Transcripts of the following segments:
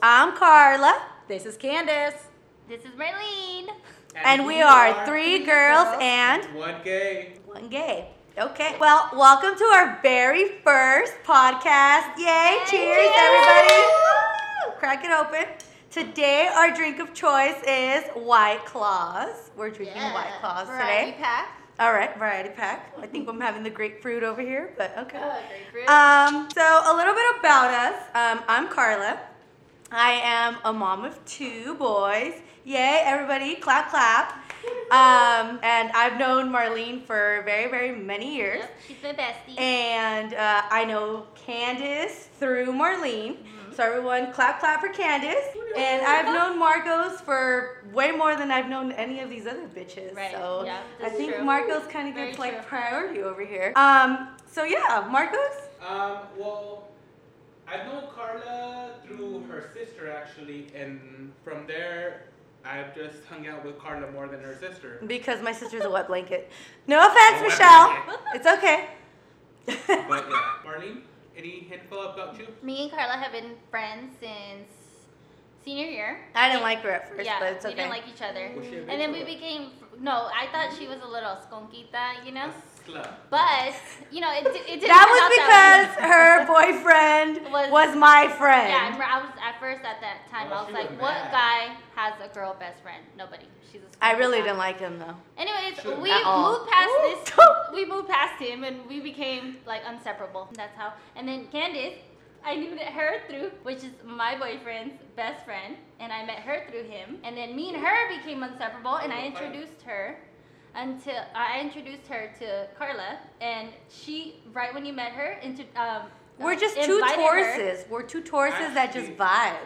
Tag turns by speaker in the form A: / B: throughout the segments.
A: Carla. This is Candace.
B: This is Marlene.
A: And, we, are, three girls and
C: One gay.
A: one gay. Okay. Well, welcome to our very first podcast. Yay! Cheers,
B: cheers.
A: everybody. Crack it open. Today, our drink of choice is White Claws. We're drinking White Claws
B: Variety
A: today.
B: pack.
A: All right, variety pack. I think I'm having the grapefruit over here, but okay.
B: Oh, grapefruit.
A: Um, so a little bit about us. Um, I'm Carla. I am a mom of two boys. Yay, everybody, clap, clap. Um, and I've known Marlene for very, very many years.
B: Yep, she's my bestie.
A: And uh, I know Candace through Marlene.
B: Mm-hmm.
A: So everyone, clap, clap for Candace. And I've known Marcos for way more than I've known any of these other bitches.
B: Right,
A: So
B: yeah,
A: I
B: that's
A: think
B: true.
A: Marcos kind of
B: Very
A: gets
B: true.
A: like priority over here. Um, so yeah, Marcos.
C: Um, well, I know Carla through her sister actually, and from there, I've just hung out with Carla more than her sister.
A: Because my sister's a wet blanket. No offense,
C: A wet
A: Michelle.
C: blanket.
A: It's okay.
C: But yeah, Marlene, any info about you?
B: Me and Carla have been friends since senior year.
A: I didn't like her at first,
B: yeah,
A: but it's
B: we
A: okay.
B: didn't like each other.
C: Was she a
B: And then
C: bitch
B: we
C: or what?
B: became, no, I thought she was a little skonquita, you know?
C: A slut.
B: But, you know, it, di- it didn't
A: that was
B: turn out
A: because
B: that
A: her boyfriend
B: Was-
A: was, my friend.
B: Yeah, I remember I was at first at that time,
C: Well,
B: I was
C: she
B: like,
C: was
B: what
C: mad.
B: guy has a girl best friend? Nobody. She's a
A: I really
B: skonky guy.
A: didn't like him though.
B: Anyways,
C: Should've
B: we
A: At all.
B: moved past
A: Ooh.
B: this. We moved past him, and we became like inseparable. That's how. And then Candice, I knew that her through, which is my boyfriend's best friend, and I met her through him. And then me and her became inseparable, and I
C: Okay.
B: introduced her until I introduced her to Carla, and she right when you met her into. Um,
A: We're just two
B: invited her.
A: Tauruses. We're two Tauruses that just
C: Actually-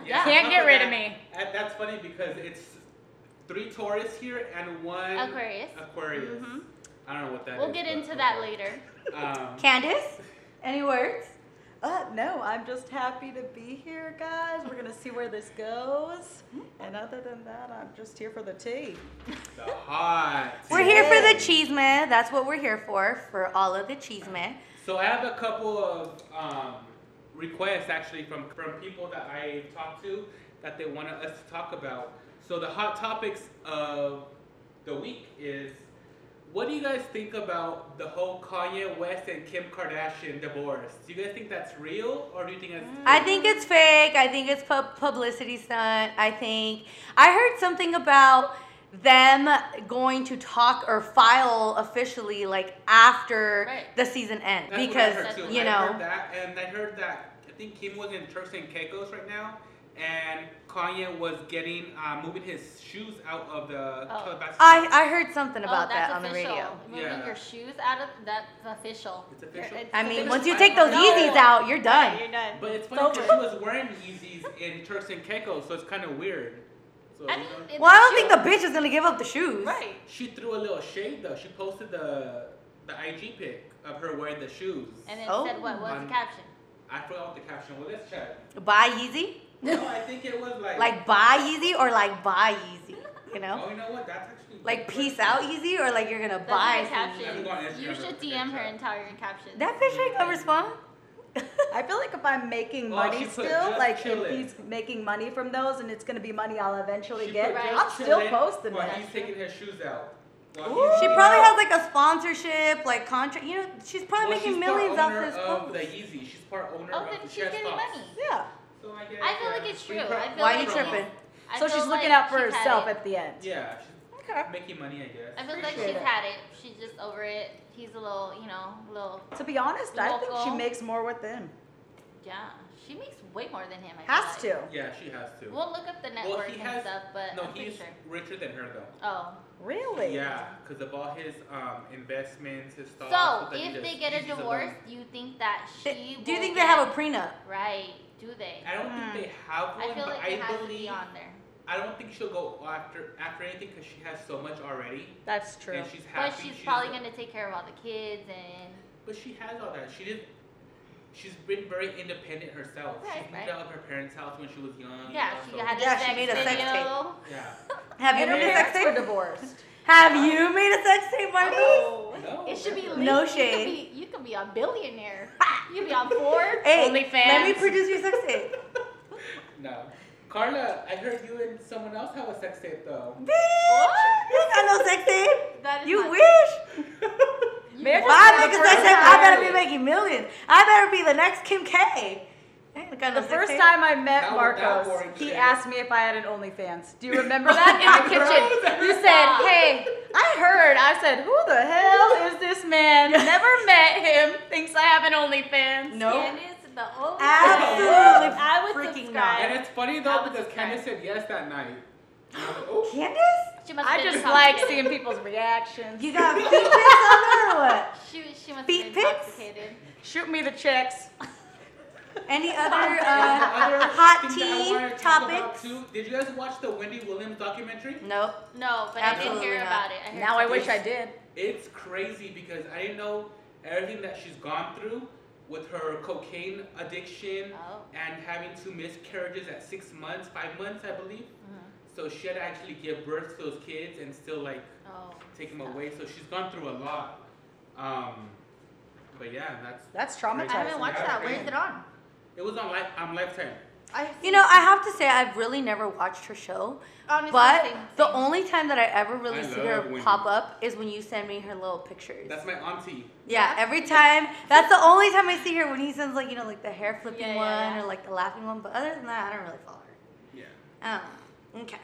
A: vibe.
B: Yeah.
D: Can't
C: enough
D: get rid
C: that.
D: of me.
C: And Uh, that's funny because it's three Taurus here and one
B: Aquarius.
C: Aquarius.
B: Mhm.
C: I don't know what that
B: We'll
C: is,
B: get
C: but
B: into that
C: Uh, okay.
B: later.
C: Um,
A: Candace, any words?
E: Uh, no, I'm just happy to be here, guys. We're gonna see where this goes. And other than that, I'm just here for the tea.
C: the hot.
A: We're here for the
E: Yay.
A: cheese man. That's what we're here for, for all of the cheese man.
C: So I have a couple of um, requests actually from from people that I talked to that they wanted us to talk about. So the hot topics of the week is what do you guys think about the whole Kanye West and Kim Kardashian divorce? Do you guys think that's real or do you think that's
A: I think it's fake. I think it's pub- publicity stunt. I think I heard something about them going to talk or file officially like after
B: Right.
A: the season ends
C: That's what I
A: because
C: heard, too.
A: you
C: I
A: know
C: heard that, and I heard that I think Kim was in Turks and Caicos right now, and Kanye was getting uh, moving his shoes out of the
B: Oh.
C: Calabasas.
A: I, I heard something
B: Oh,
A: about
B: that's
A: that on the
B: official.
A: radio.
B: Moving
C: Yeah.
B: your shoes out of that's official.
C: It's official?
A: I
C: They
A: mean,
C: just
A: once you
C: filed
A: take those
C: it.
A: Yeezys out, you're done.
E: You're done.
C: But it's
E: It's
C: funny
E: over.
C: because she was wearing Yeezys in Turks and Caicos, so it's kind of weird. So
B: I
C: you
B: mean,
C: know.
B: it's
A: Well, I
B: a
A: don't think
B: shoe.
A: the bitch is gonna give up the shoes.
E: Right.
C: she threw a little shade though. She posted the the IG pic of her wearing the shoes.
B: And it
A: Oh.
B: said what was the
C: Um,
B: caption?
C: I forgot what the caption was. Let's check.
A: Buy Yeezy,
C: No, I think it was like
A: like buy Yeezy or like buy Yeezy. You know,
C: Oh, you know what? That's actually a
A: like
C: good
A: peace
C: question.
A: out Yeezy or like you're gonna
B: That's
A: buy.
B: the
A: some
C: Yeezy.
B: caption.
C: Go on Instagram
B: You
C: and
B: should
C: put a
B: DM her
C: picture.
B: entire caption.
A: That bitch ain't gonna respond.
E: I feel like if I'm
C: Oh,
E: making
C: she
E: money
C: put
E: still,
C: just
E: like if
C: chillin'.
E: he's making money from those, and it's gonna be money I'll eventually
C: She
E: get,
C: put
B: Right.
E: I'm
C: just
E: still
C: chillin'
E: posting
C: while
E: it.
C: He's taking his shoes out. While he's-
A: She probably has like a sponsorship, like contract. You know, she's probably
C: Well,
A: making
C: she's
A: millions
C: part
A: off
C: owner
A: this
C: of
A: clothes.
C: the Yeezy. She's part owner
B: Oh,
C: of
B: then
C: the
B: she's
C: Chess
B: getting
C: Box.
B: money.
E: Yeah.
C: So I, guess,
B: I feel like
C: yeah,
B: it's
C: free
B: true.
C: pro-
B: I feel
A: Why are
B: like
A: you tripping?
B: I
E: so
B: feel
E: she's
B: like
E: looking out for
B: she's had
E: herself
B: it.
E: at the end.
C: Yeah, she's
E: Okay.
C: making money, I guess.
B: I feel like
E: Appreciate
B: she's
E: it.
B: had it. She's just over it. He's a little, you know, little.
E: To be honest, I think she
B: Local.
E: makes more with them.
B: Yeah, she makes way more than him. I feel
E: Has
B: like.
E: to.
C: Yeah, she has to.
B: We'll look up the
C: Well,
B: network
C: he
B: and
C: has-
B: stuff, but
C: no,
B: I'm pretty
C: he's
B: sure.
C: richer than her though.
B: Oh.
E: Really?
C: Yeah, because of all his um, investments, his stocks.
B: So
C: what he
B: if
C: does-
B: they get
C: he's
B: a
C: just
B: divorce, do you think that she?
A: They- do you
B: will
A: think they
B: get-
A: have a prenup?
B: Right? Do they?
C: I don't think they have one,
B: I feel
C: but
B: like
C: I
B: it has to
C: believe
B: be on there.
C: I don't think she'll go after after anything because she has so much already,
E: That's true.
C: and she's happy.
B: But she's probably
C: a-
B: gonna take care of all the kids and.
C: But she has all that. She did. She's been very independent herself.
B: Right,
C: she moved
B: right.
C: out of her parents' house when she was young.
B: Yeah,
C: and
B: she
C: also-
B: had a
A: Yeah,
B: sex
A: she made a sex
B: video.
C: Yeah.
A: Have you
E: and her
A: made a sex
E: parents were
A: tape?
E: divorced.
A: Have you made a sex tape, Marcos?
C: No.
B: It should be legal.
A: No
B: You could
A: shade.
B: be- You could be a billionaire. You could be on Forbes.
A: Hey,
D: OnlyFans.
A: let me produce your sex tape.
C: No. Carla, I heard you and someone else have a sex tape though.
A: Bitch! You ain't got no sex tape.
B: That is
A: You
B: not-
A: wish.
B: You
E: Mayor-
B: wish.
A: Why? Because
E: first
A: I said I better be
E: time.
A: making millions. I better be the next Kim K. I ain't got no
E: The
A: sex
E: first
A: tape.
E: time I
C: That
E: met
C: would- that
E: Marcos,
C: worried
E: he
C: shit.
E: asked me if I had an OnlyFans. Do you remember that in the kitchen? You said,
B: Stop.
E: "Hey, I heard." I said, "Who the hell is this man? Never met him. Thinks I have an OnlyFans."
A: No.
B: Candace, the only
A: Absolutely
B: I would
A: freaking
B: subscribe.
A: not.
C: And it's funny
B: I
C: though
B: would
C: because
B: subscribe.
C: Candace said yes that night. And I was like, oh.
A: Candace?
B: She must
E: I
B: have been
E: just
B: intoxicated.
E: like seeing people's reactions.
A: You got feet pics on there or what?
B: She, she must
A: Feet
B: have been
A: pics?
B: intoxicated.
E: Shoot me the checks.
A: Any other
C: The
A: uh,
C: other
A: hot
C: thing that I
A: tea
C: wanted to talk about,
A: topics?
C: too, Did you guys watch the Wendy Williams documentary?
A: Nope.
B: No, but I
A: Absolutely
B: did hear
A: not.
B: about it. I heard
E: Now I
B: about
E: wish
B: it.
E: I did.
C: It's crazy because I didn't know everything that she's gone through with her cocaine addiction
B: Oh.
C: and having two miscarriages at six months, five months, I believe. So she had to actually give birth to those kids and still like
B: Oh.
C: take them away. So she's gone through a lot. Um, but yeah, that's
E: That's
B: I
E: traumatizing.
B: haven't watched that. Where is it on?
C: it was on life on Lifetime.
B: I
A: You know, I have to say I've really never watched her show.
B: honestly,
A: But
B: same-
A: the
B: same.
A: only time that I ever really
C: I
A: see
C: love
A: her
C: Wendy.
A: pop up is when you send me her little pictures.
C: That's my auntie.
A: yeah, every time. That's the only time I see her when he sends like you know like the hair flipping
B: Yeah, yeah,
A: one
B: yeah.
A: or like the laughing one. But other than that, I don't really follow her.
C: Yeah.
A: Oh, okay.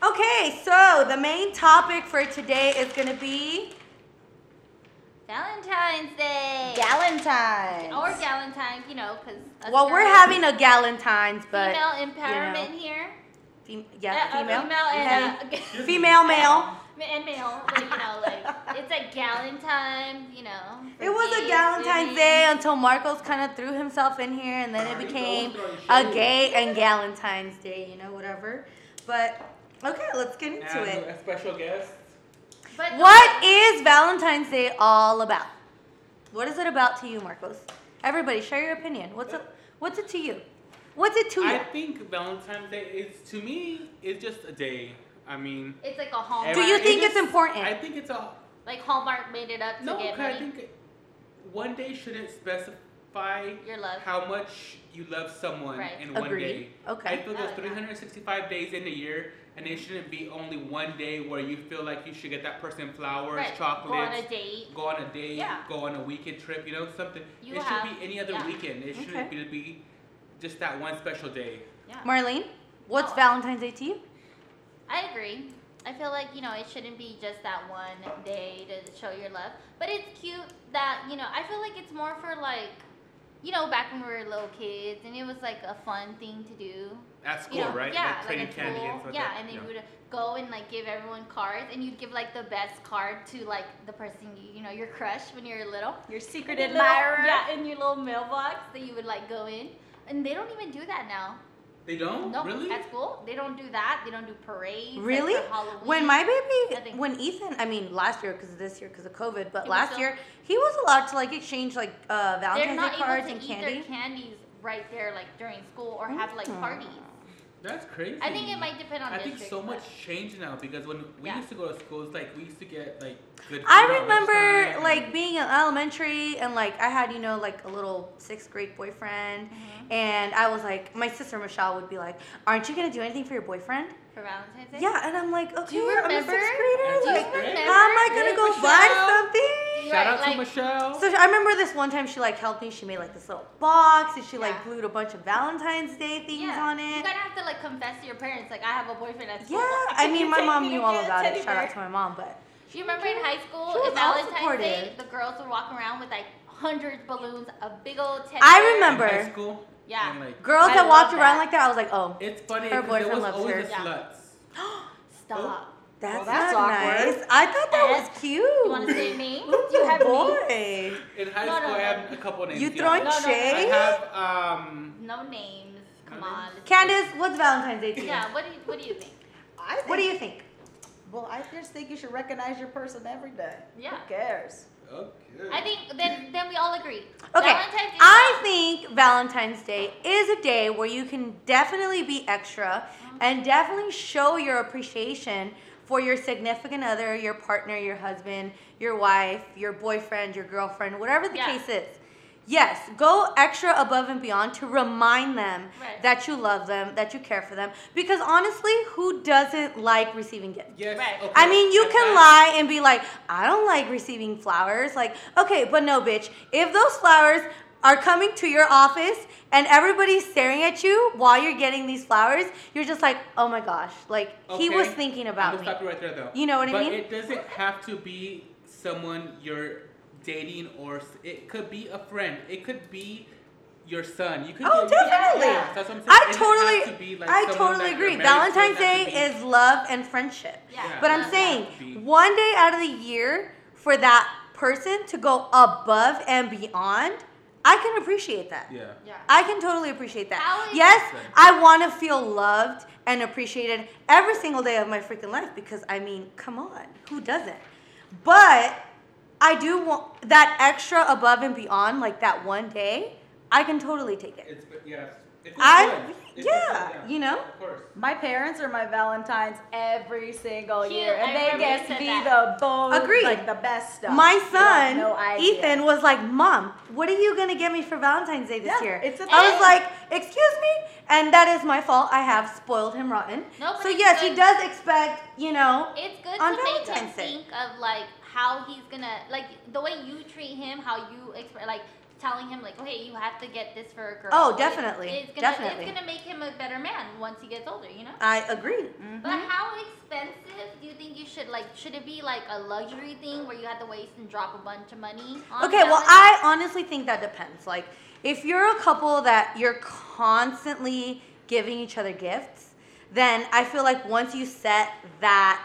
A: Okay, so the main topic for today is gonna be
B: Valentine's Day.
E: Galentine's.
B: or Galentine's, you know, because
A: well, we're having a Galentine's, but
B: female empowerment here.
A: fem-
B: Uh,
A: yeah,
B: uh,
A: female,
B: and uh,
A: Hey, female, male.
B: and male. Like, you know, like it's a Galentine, you know. for
A: It was a
B: gays,
A: Galentine's
B: women.
A: Day until Marcos kind of threw himself in here, and then it became a gay and Galentine's Day, you know, whatever. But okay, let's get
C: And
A: into it.
C: a special guest.
B: But
A: What is Valentine's Day all about? What is it about to you, Marcos? Everybody, share your opinion. What's it? What's it to you? What's it to
C: I
A: you?
C: think Valentine's Day is to me it's just a day. I mean,
B: It's like a Hallmark.
A: Do you
C: it
A: think it's
C: is-
A: important?
C: I think it's a
B: like Hallmark made it up to
C: no.
B: get
C: I
B: money?
C: think one day shouldn't specify
B: Your love.
C: how much you love someone
B: Right.
C: in one
A: Agree.
C: day.
A: Okay.
C: I feel
B: I
C: there's
B: like that.
C: 365 days in a year, and it shouldn't be only one day where you feel like you should get that person flowers,
B: right.
C: chocolates,
B: Go on a date.
C: go on a date,
B: Yeah.
C: go on a weekend trip, you know, something.
B: You
C: it
B: have-
C: should be any other
B: yeah.
C: weekend. It shouldn't be, be just that one special day.
B: Yeah.
A: Marlene, what's
B: No.
A: Valentine's Day to you?
B: I agree. I feel like you know it shouldn't be just that one day to show your love, but it's cute that you know I feel like it's more for like, you know, back when we were little kids and it was like a fun thing to do.
C: At school,
B: You know,
C: right?
B: Yeah,
C: like trading
B: at
C: candy
B: school.
C: and stuff.
B: yeah,
C: like
B: and
C: that.
B: then you would go and like give everyone cards, and you'd give like the best card to like the person you you know your crush when you were little.
E: Your
B: Your
E: secret
B: little-
E: admirer.
B: Yeah, in your little mailbox that you would like go in, and they don't even do that now.
C: They don't?
B: No,
C: Really?
B: at school they don't do that. They don't do parades. like,
A: Really?
B: for Halloween.
A: When my
B: I
A: baby,
B: think-
A: when Ethan, I mean last year because this year because of COVID, but
B: He was
A: last
B: still-
A: year he was allowed to like exchange like uh,
B: they're
A: Valentine's
B: not
A: Day cards
B: able
A: and
B: to eat
A: candy. Oh.
B: their candies right there, like during school, or have like parties.
C: That's crazy.
B: I think it might depend on.
C: I think
B: district,
C: so
B: but-
C: much changed now because when we
B: Yeah.
C: used to go to school, it's like we used to get like good. food
A: I
C: at
A: remember
C: lunchtime
A: like
C: and-
A: being in elementary and like I had you know like a little sixth grade boyfriend,
B: Mm-hmm.
A: and I was like my sister Michelle would be like, "Aren't you gonna do anything for your boyfriend?"
B: for Valentine's Day.
A: Yeah, and I'm like, "Okay,
B: you
A: I'm a
B: remember?
A: sixth
C: Yeah,
A: grader.
C: do you
A: Like,
C: remember?
A: how am I
C: Yeah,
A: gonna go
C: Michelle.
A: buy something?"
C: Shout out
B: Right,
C: to
B: like-
C: Michelle.
A: So I remember this one time she like helped me. She made like this little box and she like
B: Yeah.
A: glued a bunch of Valentine's Day things
B: Yeah.
A: on
B: You
A: it.
B: gotta have to like confess to your parents, like I have a boyfriend at
A: Yeah,
B: school.
A: I mean my
E: take
A: mom
E: me to
A: knew all
E: get a
A: about
E: teddy
A: it. Shout out
E: bear.
A: to my mom, but
B: Do you remember in high school,
A: She was
B: at
A: all
B: Valentine's Day,
A: supportive.
B: the girls would walk around with like hundreds balloons, a big old teddy.
A: I
B: bear.
A: remember-
C: In high school.
B: Yeah.
C: and, like,
A: girls
B: I
A: that
B: love
A: walked around
B: that.
A: like that, I was like, oh,
C: It's funny
A: Her
C: because it
A: boyfriend
C: was
A: loves
C: always
A: her.
C: the
B: Yeah.
C: sluts.
B: Stop.
C: Oh.
A: that's,
E: Well, that's
A: not
E: awkward.
A: nice. I thought that was cute.
B: You wanna save me?
A: Ooh,
B: Do you have me?
A: boy.
C: In high
B: No, no,
C: school, I
B: no.
C: have a couple names.
A: You
C: yeah.
A: throwing
B: No, no, no.
C: I
A: shade?
C: have um.
B: No names. Come
C: No
B: on.
C: names?
A: Candace, what's Valentine's Day to you?
B: Yeah. What do you What do you think?
E: I think,
A: What do you think?
E: Well, I just think you should recognize your person every day.
B: Yeah.
E: Who cares?
C: Okay.
B: I think then then we all agree.
A: Okay,
B: Valentine's Day
A: I think Valentine's Day is a day where you can definitely be extra and definitely show your appreciation for your significant other, your partner, your husband, your wife, your boyfriend, your girlfriend, whatever the
B: Yeah.
A: case is. Yes, go extra above and beyond to remind them
B: Right.
A: that you love them, that you care for them. Because honestly, who doesn't like receiving gifts?
C: Yes.
B: Right.
C: okay,
A: I mean, you
C: if
A: can
C: that-
A: lie and be like, I don't like receiving flowers. Like, okay, but no, bitch. If those flowers are coming to your office and everybody's staring at you while you're getting these flowers, you're just like, oh my gosh, like he was
C: Okay,
A: thinking
C: I'm
A: about
C: gonna
A: me.
C: Stop you right there, though.
A: You know what I
C: but
A: mean?
C: it doesn't have to be someone you're dating, or s- it could be a friend. It could be your son. You could.
A: Oh,
C: be-
A: definitely.
C: Yeah, that's what I'm saying.
A: I
C: It doesn't have to
A: totally,
C: be, like,
A: I
C: someone
A: totally
C: that
A: agree.
C: you're married to. It
A: Valentine's
C: doesn't
A: Day
C: have to
A: is love and friendship.
B: Yeah.
A: But
B: Love
A: I'm
B: that.
A: saying
C: Be-
A: one day out of the year for that person to go above and beyond, I can appreciate that.
C: be- Yeah.
B: Yeah.
A: I can totally appreciate that.
B: How is-
A: yes,
C: Okay.
A: I want to feel loved and appreciated every single day of my freaking life because I mean, come on, who doesn't? But I do want that extra above and beyond, like that one day, I can totally take it.
C: It's but yes. If it's
A: I,
C: good, if
A: yeah,
C: it's good,
A: you know?
C: Of course.
E: My parents are my Valentines every single
B: Cute,
E: year, and
B: I
E: they
B: remember you
E: get
B: said
E: me
B: that.
E: the both,
A: Agreed.
E: like the best stuff.
A: My
E: You have
A: son,
E: no idea.
A: Ethan, was like, Mom, what are you going to get me for Valentine's Day this
E: Yeah,
A: year?
E: it's a
A: I was
B: thing.
A: like, Excuse me? And that is my fault. I have spoiled him rotten.
B: No, but
A: so,
B: it's
A: yes, he
B: good.
A: does expect, you know,
B: It's good
A: On
B: to make him
A: Valentine's Day.
B: think of like how he's gonna like the way you treat him, how you express like telling him like, okay, you have to get this for a girl.
A: Oh,
B: It-
A: definitely,
B: it's gonna,
A: definitely.
B: It's gonna make him a better man once he gets older, you know.
A: I agree.
E: Mm-hmm.
B: But
A: Mm-hmm.
B: how expensive do you think you should like? Should it be like a luxury thing where you have to waste and drop a bunch of money? On
A: Okay, well,
B: Valentine's?
A: I honestly think that depends. Like, if you're a couple that you're constantly giving each other gifts, then I feel like once you set that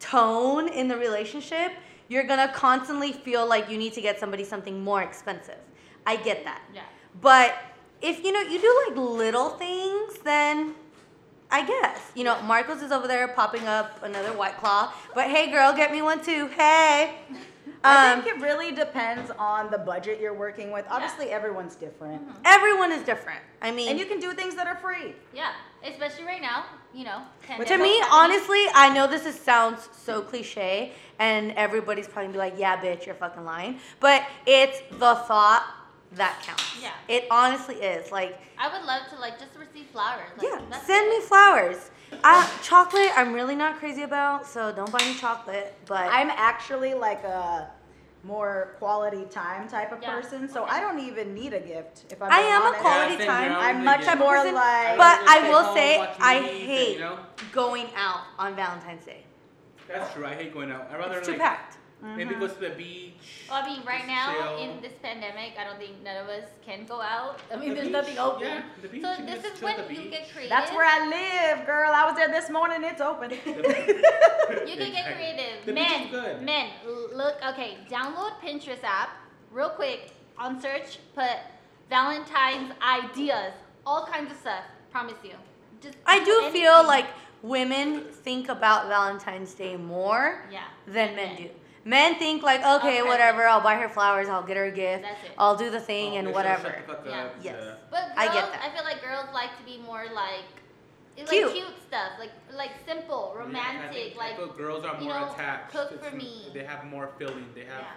A: tone in the relationship, you're gonna constantly feel like you need to get somebody something more expensive. I get that.
B: Yeah.
A: But if you know you do like little things, then I guess you know Marcos is over there popping up another white claw. But hey, girl, get me one too. Hey.
E: I
A: Um,
E: think it really depends on the budget you're working with. Obviously, everyone's different,
B: Mm-hmm.
A: everyone is different. I mean,
E: and you can do things that are free.
B: Yeah, especially right now, you know.
A: to
B: pandemic
A: me,
B: happening.
A: honestly, I know this is, sounds so cliche, and everybody's probably gonna be like, "Yeah, bitch, you're fucking lying." But it's the thought that counts.
B: Yeah.
A: It honestly is like,
B: I would love to like just receive flowers. Like,
A: yeah,
B: that's
A: send me
B: it.
A: flowers. Uh, chocolate, I'm really not crazy about, so don't buy me chocolate. But
E: I'm actually like a more quality time type of
B: Yeah.
E: person, so I don't even need a gift if I'm.
A: I
E: being
A: am a
E: honest.
A: quality
C: same here,
A: time.
C: I was
E: I'm
C: the
E: much
C: same
E: more
A: person,
E: like-
A: But
C: would
A: I
C: stay
A: will
C: home,
A: say,
C: watch
A: I
C: movies, and,
A: hate
C: you know,
A: going out on Valentine's Day.
C: that's true. I hate going out. I rather
A: It's too Mm-hmm.
C: like,
A: packed.
B: Mm-hmm.
C: maybe go to the beach.
B: Well, I mean, right
C: just
B: now
C: chill.
B: in this pandemic, I don't think none of us can go out. I mean,
C: The
B: there's
C: beach,
B: nothing open.
C: yeah, the beach,
B: so
C: you
B: this
C: just
B: is
C: chill
B: when
C: at the
B: you
C: beach.
B: get creative.
E: That's where I live, girl. I was there this morning. It's open.
B: You can get creative.
C: The beach is
B: men,
C: good.
B: men, l- look. Okay, download Pinterest app real quick. On search, put Valentine's ideas, all kinds of stuff. Promise you. Just
A: I do
B: anything.
A: feel like women think about Valentine's Day more
B: Yeah.
A: than men
B: Men.
A: do. Men think like, okay,
B: Okay.
A: whatever, I'll buy her flowers, I'll get her a gift,
B: That's it.
A: I'll do the
C: Oh,
A: thing
C: they
A: and
C: should've
A: whatever.
C: shut the fuck
B: Yeah.
C: up,
A: Yes.
B: But girls,
A: I
B: I,
A: get that.
B: feel like girls like to be more like, like
A: Cute.
B: cute, stuff, like like simple,
C: Yeah, I
B: romantic,
C: think- I
B: like
C: feel girls are
B: you
C: more
B: know,
C: attached.
B: cook
C: It's
B: for
C: m-
B: me.
C: They have more feeling. They have
B: yeah.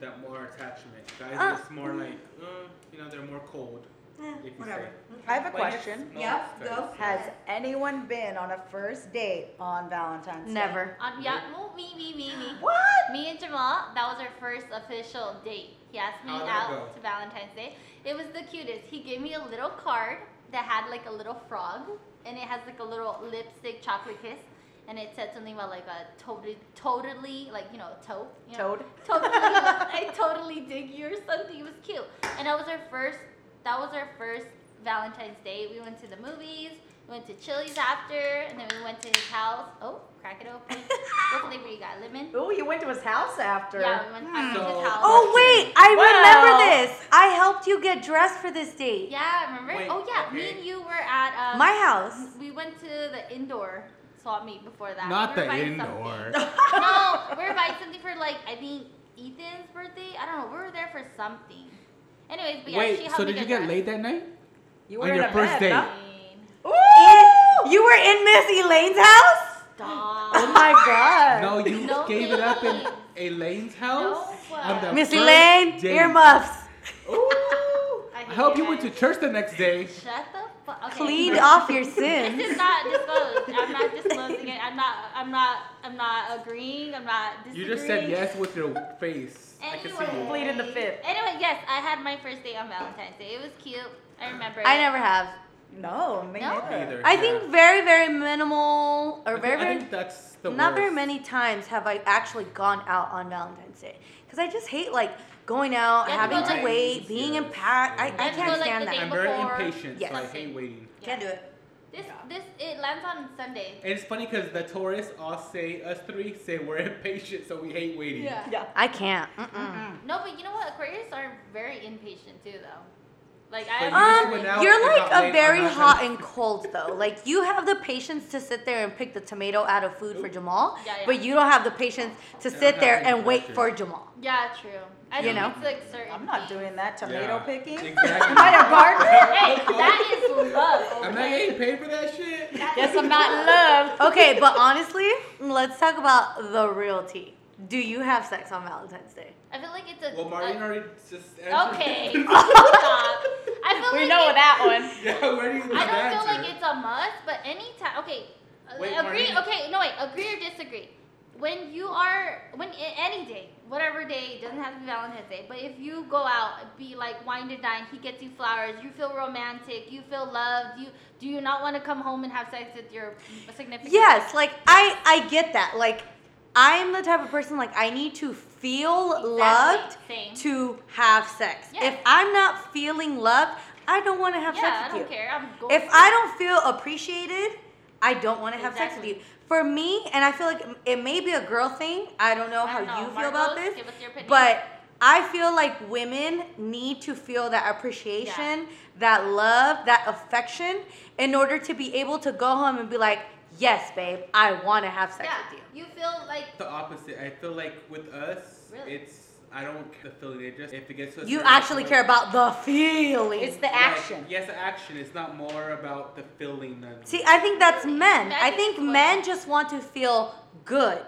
C: that more attachment. Guys,
A: Uh,
C: it's more like, uh, you know, they're more cold.
A: Eh,
C: If you
A: whatever.
C: say.
E: I have a
C: But it's
E: question.
C: small
A: Yeah,
C: space.
A: go.
E: Has anyone been on a first date on Valentine's Day?
A: Never.
B: On, yeah, well, me, me, me, me.
E: What?
B: Me and Jamal, that was our first official date. He asked me
C: How'd that
B: out
C: go?
B: to Valentine's Day. It was the cutest. He gave me a little card that had like a little frog, and it has like a little lipstick chocolate kiss, and it said something about like a totally, totally, like you know, tote. You know?
E: Toad.
B: Totally, I totally dig you or something. It was cute, and that was our first. That was our first Valentine's Day. We went to the movies. We went to Chili's after, and then we went to his house. Oh, crack it open. What's the name where you got lemon?
E: Oh, you went to his house after.
B: Yeah, we went I went to
C: So-
B: his house.
A: Oh wait, I
E: Wow.
A: remember this. I helped you get dressed for this date.
B: Yeah, remember?
C: Wait,
B: oh yeah, me
C: okay.
B: and you were at um,
A: My house.
B: We went to the indoor swap meet before that.
C: Not
B: We were
C: the
B: buying
C: indoor.
B: something. no, we were buying something for like I think Ethan's birthday. I don't know. We were there for something. Anyways, but yeah, she
C: Wait,
B: helped
C: so
B: me
C: did you
B: get
C: get laid that night?
E: You
C: On
E: were in
C: your
E: a
C: first
E: bed,
C: date.
E: huh?
B: dressed. I mean,
E: Ooh!
A: You were in Miss Elaine's house?
E: Oh
B: Stop.
E: my god.
C: No, you
B: No
C: gave it up in
B: way.
C: Elaine's
B: No
C: house?
B: way.
C: On the
A: Miss
C: first
A: Elaine,
C: date.
A: earmuffs.
C: Ooh.
B: I
C: I,
B: hate
C: hope
B: you
C: you went to
B: guys.
C: church the next day.
B: Shut the fuck. Okay.
A: Cleaned off your
B: This is
A: sins.
B: not disclosed. I'm not disclosing it. I'm not. I'm not. I'm not agreeing. I'm not
C: You
B: disagreeing.
C: just said yes with your face. I can see
B: Anyway,
C: you.
A: Pleaded the fifth.
B: Anyway, yes, I had my first date on Valentine's Day. It was cute. I remember.
A: I never have.
E: No, me
B: No.
E: neither.
C: Neither,
A: I
C: yeah.
A: think very, very minimal
C: I
A: or
C: think-
A: very,
C: I
A: very
C: think that's the
A: not very
C: worst.
A: many times have I actually gone out on Valentine's Day because I just hate like going out,
B: You have to
A: having
B: go,
A: to
B: like-
A: wait, being in pack. I, I
B: have to go,
A: can't
B: like,
A: stand
B: the
A: that.
B: day
C: I'm very
B: before.
C: impatient, so I
A: Yes.
C: hate waiting.
A: Can't do it.
B: This
E: Yeah.
B: this it lands on Sunday.
C: And it's funny because the Taurus all say us three say we're impatient, so we hate waiting.
E: Yeah.
A: I can't. Mm-mm.
B: No, but you know what? Aquarius are very impatient too, though. Like
C: But
B: I.
C: you just
A: Um,
C: went out
A: you're
C: and
A: like
C: got laid
A: a
C: on
A: very
C: Valentine's
A: hot and cold though. Like you have the patience to sit there and pick the tomato out of food for
C: Oop.
A: Jamal,
B: Yeah, yeah.
A: but you don't have the patience to
C: don't
A: sit
C: have
A: there
C: any
A: and wait
C: pressure.
A: for Jamal.
B: yeah, true. I
A: You
B: think
A: know?
B: it's like certain.
E: I'm not
B: things.
E: doing that tomato
C: Yeah.
E: picking.
C: Exactly.
E: Am I a gardener?
B: Hey, that is
C: Am I
B: love. Okay?
C: getting paid for that shit?
E: yes, I'm not loved.
A: Okay, but honestly, let's talk about the real tea. Do you have sex on Valentine's Day?
B: I feel like it's a.
C: Well, Marlene
B: a-
C: already just answered.
B: okay. Stop. I feel
E: We
B: like
E: know
B: it-
E: that one.
C: yeah, where do you
B: I don't
C: that
B: feel
C: to?
B: like it's a must, but anytime. Okay, uh,
C: Wait,
B: agree.
C: Marlene.
B: Okay, no wait. Agree or disagree. When you are when a- any day, whatever day doesn't have to be Valentine's Day, but if you go out, be like wine and dine. He gets you flowers. You feel romantic. You feel loved. You do you not want to come home and have sex with your significant?
A: Yes, like I I get that. Like I'm the type of person like I need to feel
B: Exactly.
A: loved
B: Same.
A: to have sex.
B: Yes.
A: If I'm not feeling loved, I don't want to have
B: Yeah, I
A: sex with
B: don't
A: you.
B: care. I'm going.
A: If I don't feel appreciated, I don't want to have sex with
B: Exactly.
A: you. For me, and I feel like it may be a girl thing. I don't know
B: I
A: how
B: don't know,
A: you feel about
B: Marcos,
A: this,
B: give us your opinion.
A: but I feel like women need to feel that appreciation, that love, that affection in order to be able to go home and be like, "Yes, babe, I want to have sex
B: yeah,
A: with you."
B: you feel like
C: the opposite. I feel like with us,
B: Really?
C: it's I don't care the feeling. It just if it gets to a
A: You
C: certain
A: actually
C: point-
A: care about the feeling.
E: It's the
C: Like,
E: action.
C: yes, action. It's not more about the feeling than
A: See, I think that's
B: Really?
A: men. I
B: Imagine
A: think
B: if it was-
A: men just want to feel good,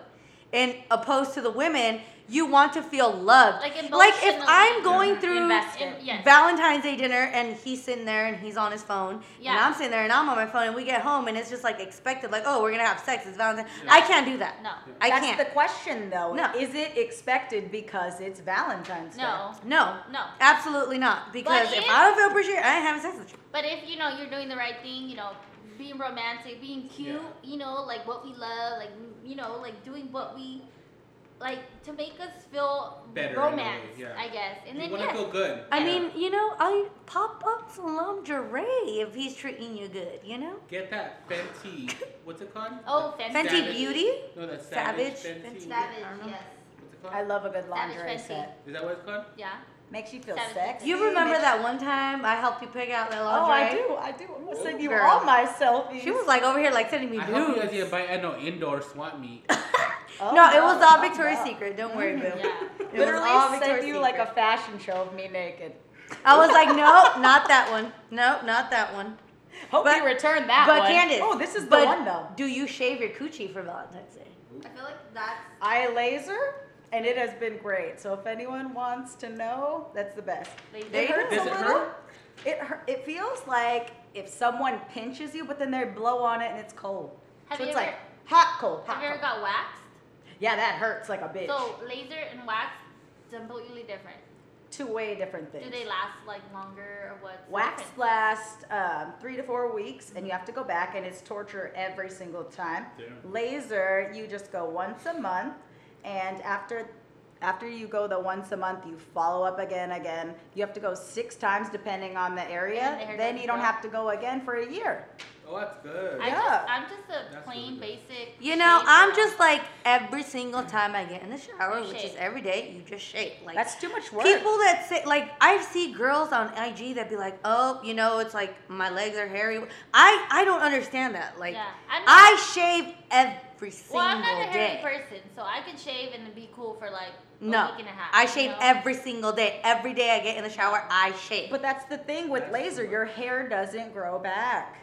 A: and opposed to the women, you want to feel loved.
B: Like
A: if
B: emotionally.
A: I'm going through
E: Investment.
B: Yes.
A: Valentine's Day dinner and he's sitting there and he's on his phone, and
B: Yeah.
A: I'm sitting there and I'm on my phone, and we get home and it's just like expected, like oh we're gonna have sex. It's Valentine's.
C: Yeah.
A: I can't do that.
B: no,
A: I
E: That's
A: can't.
E: the question, though.
A: No.
E: Is it expected because it's Valentine's
B: no,
A: no,
B: no.
A: absolutely not. Because if,
B: if-
A: I don't feel appreciated, I ain't having sex with you.
B: But if you know you're doing the right thing, you know, being romantic, being
C: Yeah.
B: cute, you know, like what we love, like you know, like doing what we like to make us feel
C: Better in a way,
B: romance,
C: yeah.
B: I guess. And
C: you
B: then
C: want to
B: yes,
C: feel good.
A: I
C: Yeah.
A: mean, you know, I pop up some lingerie if he's treating you good. You know.
C: get that Fenty. What's it called?
B: oh,
A: Fenty
B: fancy,
C: Savage.
A: Beauty?
C: No, that Savage,
A: Savage
C: Fenty.
A: Fenty.
B: savage,
A: I don't know.
B: yes,
C: What's it
E: Day. I
C: called?
E: love a good
B: Savage
E: lingerie
B: Fenty.
E: set.
C: Is that what it's called?
B: yeah.
E: Makes you feel
B: Savage
E: sexy.
A: You remember
E: makes-
A: that one time I helped you pick out that
E: Oh, I
A: lingerie?
E: do. I do. I'm gonna send you
A: Girl.
E: all my selfies.
A: She was like over here, like sending me
C: I
A: nudes.
C: hope you guys didn't buy at no indoor swap meet.
E: Oh,
A: no, it was all
E: no,
A: Victoria's
E: no. Mm-hmm,
A: Secret. Don't worry, boo.
B: Yeah.
A: It was all
E: Literally
A: Victoria's
E: sent you like a
A: Secret.
E: fashion show of me naked.
A: I was like, nope, not that one. Nope, not that one.
E: Hope
A: But-
E: you return that
A: but
E: one.
A: Candace,
E: oh, this is the
A: but
E: one though.
A: Do you shave your coochie for Valentine's Day?
B: I feel like that's
E: I laser, and it has been great. So if anyone wants to know, that's the best.
B: like,
A: There
E: It
A: you
E: hurts
A: go.
E: a
C: Does it
E: little.
C: hurt?
E: It hurt. It feels like if someone pinches you, but then they blow on it and it's cold.
B: Have
E: so
B: you
E: it's
B: ever-
E: like hot, cold, hot.
B: have you ever
E: cold.
B: got waxed?
E: Yeah, that hurts like a bitch.
B: So laser and wax, completely different.
E: Two way different things.
B: Do they last like longer or what?
E: Wax lasts um, three to four weeks, and you have to go back, and it's torture every single time.
C: Damn.
E: Laser, you just go once a month, and after after you go the once a month, you follow up again, again. You have to go six times depending on the area.
B: And the hair
E: then
B: doesn't
E: you don't
B: grow.
E: have to go again for a year.
C: Oh, that's good.
B: I
E: Yeah.
B: just, I'm just a
C: That's
B: plain
C: really
B: basic.
A: You know,
B: shade
A: I'm
B: girl.
A: just like every single time I get in the shower,
B: You
A: which is
B: shave.
A: every day, you just shave. Like
E: That's too much work.
A: people that say like I see girls on IG that be like, oh, you know, it's like my legs are hairy. I I don't understand that. Like
B: Yeah, I'm not-
A: I shave every single
B: Well, I'm not a hairy
A: day.
B: person, so I could shave and be cool for like a
A: No,
B: week and a half.
A: I
B: you
A: shave
B: know?
A: every single day. Every day I get in the shower, I shave.
E: but that's the thing with
C: That's
E: laser,
C: true.
E: your hair doesn't grow back.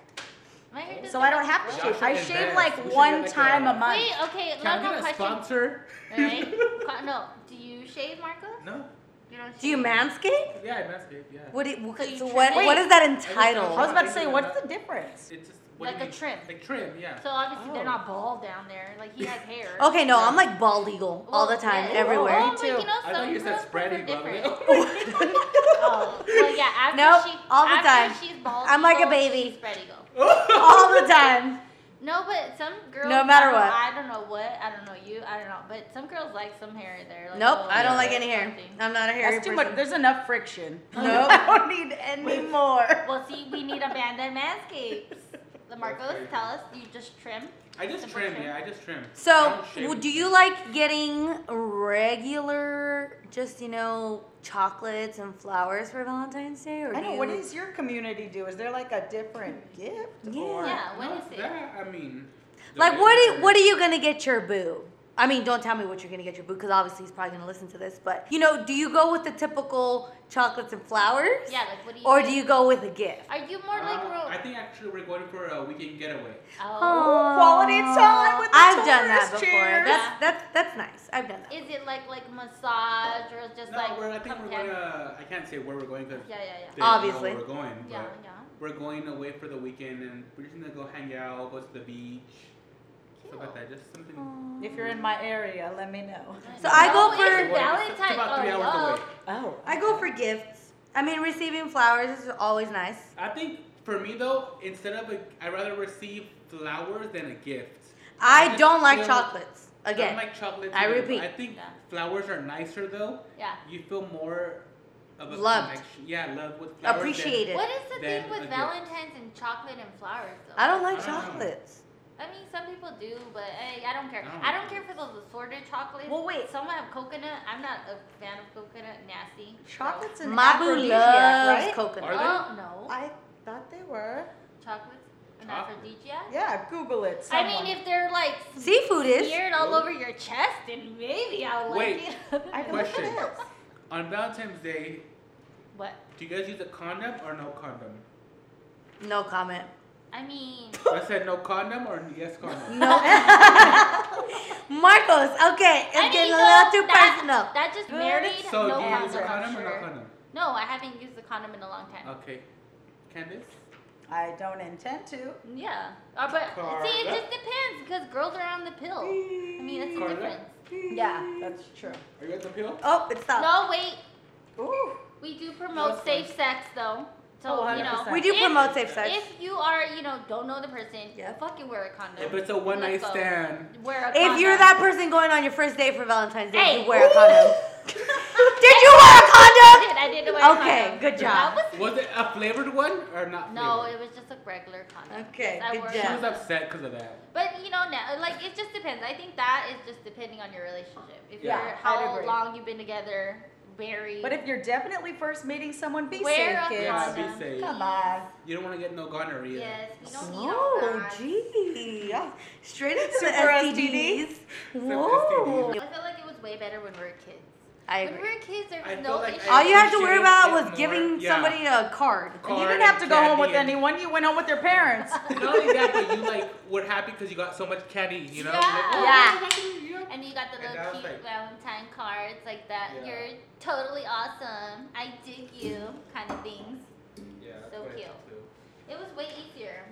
B: My hair doesn't
E: So I don't have to
C: Y'all
E: shave.
C: should
E: I
C: invest.
E: shave
C: We
E: like
C: should get,
E: one
C: like,
E: time
C: a-
E: a month.
B: Wait, okay,
C: Can
B: one
C: I
B: more
C: get a
B: question.
C: sponsor?
B: Right? Co- no, do you shave, Marco?
C: No.
B: You know,
A: Do you manscape?
C: Yeah, I manscaped. Yeah.
A: What? It,
B: So
A: what,
B: you
A: so
B: trim
A: what,
B: it?
A: what is that
E: I
A: entitled?
E: was about to say, what's the difference?
C: It's just what do
B: Like
C: you
B: a
C: mean?
B: trim.
C: Like trim, yeah.
B: So obviously
E: Oh.
B: they're not bald down there. Like he has hair.
A: Okay, no, I'm like bald eagle all the
B: Well,
A: time,
B: yeah,
A: everywhere.
B: well,
E: Me
B: but
E: too.
B: You know,
C: I
B: some
C: thought you
B: girls
C: said
B: are
C: spreading. but I'm
B: different.
C: like,
B: Oh, well, yeah. After
A: Nope,
B: she,
A: all the
B: after
A: time.
B: She's bald.
A: I'm like a
B: eagle,
A: baby.
B: she's spread eagle.
A: all the time.
B: No, but some girls.
A: No matter
B: I don't-
A: what.
B: I don't know what. I don't know you. I don't know. But some girls like some hair there. Like
A: Nope,
B: oh,
A: I don't
B: yeah,
A: like any hair.
B: something.
A: I'm not a hairy
E: That's too much.
A: person.
E: There's enough friction.
A: Nope.
E: I don't need any more.
B: Well, see, we need Amanda Manscapes. The Marcos,
C: crazy.
B: tell us. You just trim.
C: I just
B: Simple
C: trim,
B: trim.
C: yeah. I just trim. I
A: So,
C: don't shave.
A: w- do you like getting regular, just you know, chocolates and flowers for Valentine's Day, or
E: I
A: do
E: know.
A: you,
E: What does your community do? Is there like a different gift? Or?
B: Yeah. What
C: No,
B: is it?
C: That, I mean. the
A: like?
C: way
A: What
C: it
A: are,
C: is.
A: what are you gonna get your boo? I mean, don't tell me what you're gonna get your boo, because obviously he's probably gonna listen to this. But you know, do you go with the typical chocolates and flowers?
B: Yeah. Like what do you?
A: Or do you go with a gift?
B: Are you more like?
C: Uh,
B: ro-
C: I think actually we're going for a weekend getaway.
B: oh.
A: Aw.
E: quality time with the
A: I've done that
E: tourist
A: before.
E: chairs.
A: That's that's that's nice. I've done that.
B: Is it like like massage or just
C: No,
B: like?
C: we're, I think
B: come
C: we're
B: down?
C: going to. I can't say where we're going because
B: Yeah, yeah, yeah.
A: Obviously.
C: we're going. But
B: Yeah, yeah.
C: We're going away for the weekend and we're just gonna go hang out, go to the beach, stuff like that. Just something.
E: If you're in my area, let me know.
A: So I go
B: Oh,
A: for-
B: it's Valentine's.
C: It's about three
B: oh,
C: hours
B: love.
C: away.
E: Oh,
A: I go for gifts. I mean, receiving flowers is always nice.
C: I think for me though, instead of a, I'd rather receive flowers than a gift.
A: I
C: just
A: don't like
C: feel-
A: chocolates.
C: I don't
A: Again,
C: like chocolates.
A: I
C: either, but
A: repeat.
C: I think
B: Yeah.
C: flowers are nicer though.
B: Yeah.
C: You feel more of a
A: Loved.
C: connection. Yeah, love with flowers. than-
A: appreciated.
B: What is the
C: Then
B: thing
C: a
B: with
C: gift.
B: Valentine's and chocolate and flowers? Though?
A: I don't like
C: I don't know.
A: chocolates.
B: I mean, some people do, but I, I don't care.
C: I don't
B: I don't
C: like
B: care for those assorted chocolates.
A: Well, wait.
B: Some have coconut. I'm not a fan of coconut. Nasty.
E: chocolates and
A: Mabu loves
E: right?
A: coconut.
C: Are they?
B: Oh no,
E: I thought they were.
B: chocolates and
C: Chocolate.
B: aphrodisiac.
E: Yeah, Google it.
B: I
E: Someone.
B: mean, if they're like
A: Seafood is.
B: smeared all over your chest, then maybe I'll like
C: Wait.
B: it.
E: I can look at
C: Question.
E: this.
C: On Valentine's Day,
B: what?
C: do you guys use a condom or no condom?
A: No comment.
B: I mean,
C: I said no condom or yes condom.
A: No. Marcos, okay, it's
B: I mean,
A: getting a
B: no,
A: little too
B: that,
A: personal.
B: That just
E: Good.
B: married.
C: So
B: no
C: do you use a
B: condom,
C: condom or no
B: sure.
C: condom?
B: No, I haven't used the condom in a long time.
C: Okay. Candice?
E: I don't intend to.
B: Yeah, uh, but
C: Carla.
B: see, it just depends because girls are on the pill. I mean, that's the
C: Carla.
B: difference.
E: Yeah, that's true.
C: Are you at the pill?
A: Oh, it's up.
B: No, wait.
E: Ooh,
B: We do
C: No,
B: promote
C: it's fine.
B: safe sex though. So
E: Oh,
B: you know,
E: 100%.
A: We do
B: if-
A: promote safe sex.
B: If you are, you know, don't know the person,
A: Yeah.
B: fucking wear a condom.
C: If it's a one night
B: Let's go.
C: stand,
B: Wear a condom.
A: If you're that person going on your first date for Valentine's Day,
B: Hey.
A: you wear a condom. Did you wear a condom?
B: I did. I did wear a
A: Okay,
B: condom.
A: good job.
B: That was-
C: was it a flavored one or not?
B: no,
C: flavored?
B: it was just a regular condom.
A: Okay,
B: Yes, I
A: good
B: wore
A: job.
B: a
C: She
A: yeah.
C: was
B: condom.
C: upset because of that.
B: But you know, now, like it just depends. I think that is just depending on your relationship. If
C: Yeah,
B: you're
E: I'd
B: how
E: agree.
B: long you've been together, married.
E: but if you're definitely first meeting someone, be
B: wear
E: safe,
B: a
E: kids.
C: Yeah, be
B: condom.
C: safe.
E: Come on.
C: You don't want to get no gonorrhea.
B: Yes, we don't need all
A: Oh,
B: that.
A: gee. Ah,
E: Yeah.
A: Straight into the
E: Super
A: STDs.
C: STDs.
A: Whoa.
B: I feel like it was way better when we were kids.
A: I
B: When we
A: agree.
B: were kids, there
C: I
B: was
C: feel
B: no
C: like
B: issue.
A: All you had to worry
C: Appreciate
A: about
C: it
A: was
C: more.
A: giving
C: Yeah.
A: somebody a card.
E: And you
C: Card
E: didn't have
C: and
E: to go home
C: candy
E: with
C: and-
E: anyone. You went home with your parents.
C: Not only that, but you like were happy because you got so much candy, you know? Like, oh,
B: Yeah.
C: I got you, you know?
B: And you got the
C: And
B: little
C: that was
B: cute
C: like-
B: Valentine cards like that.
C: Yeah.
B: You're totally awesome. I dig you, kind of things.
C: Yeah, that's
B: So
C: what I
B: cute.
C: thought too.
B: It was way easier.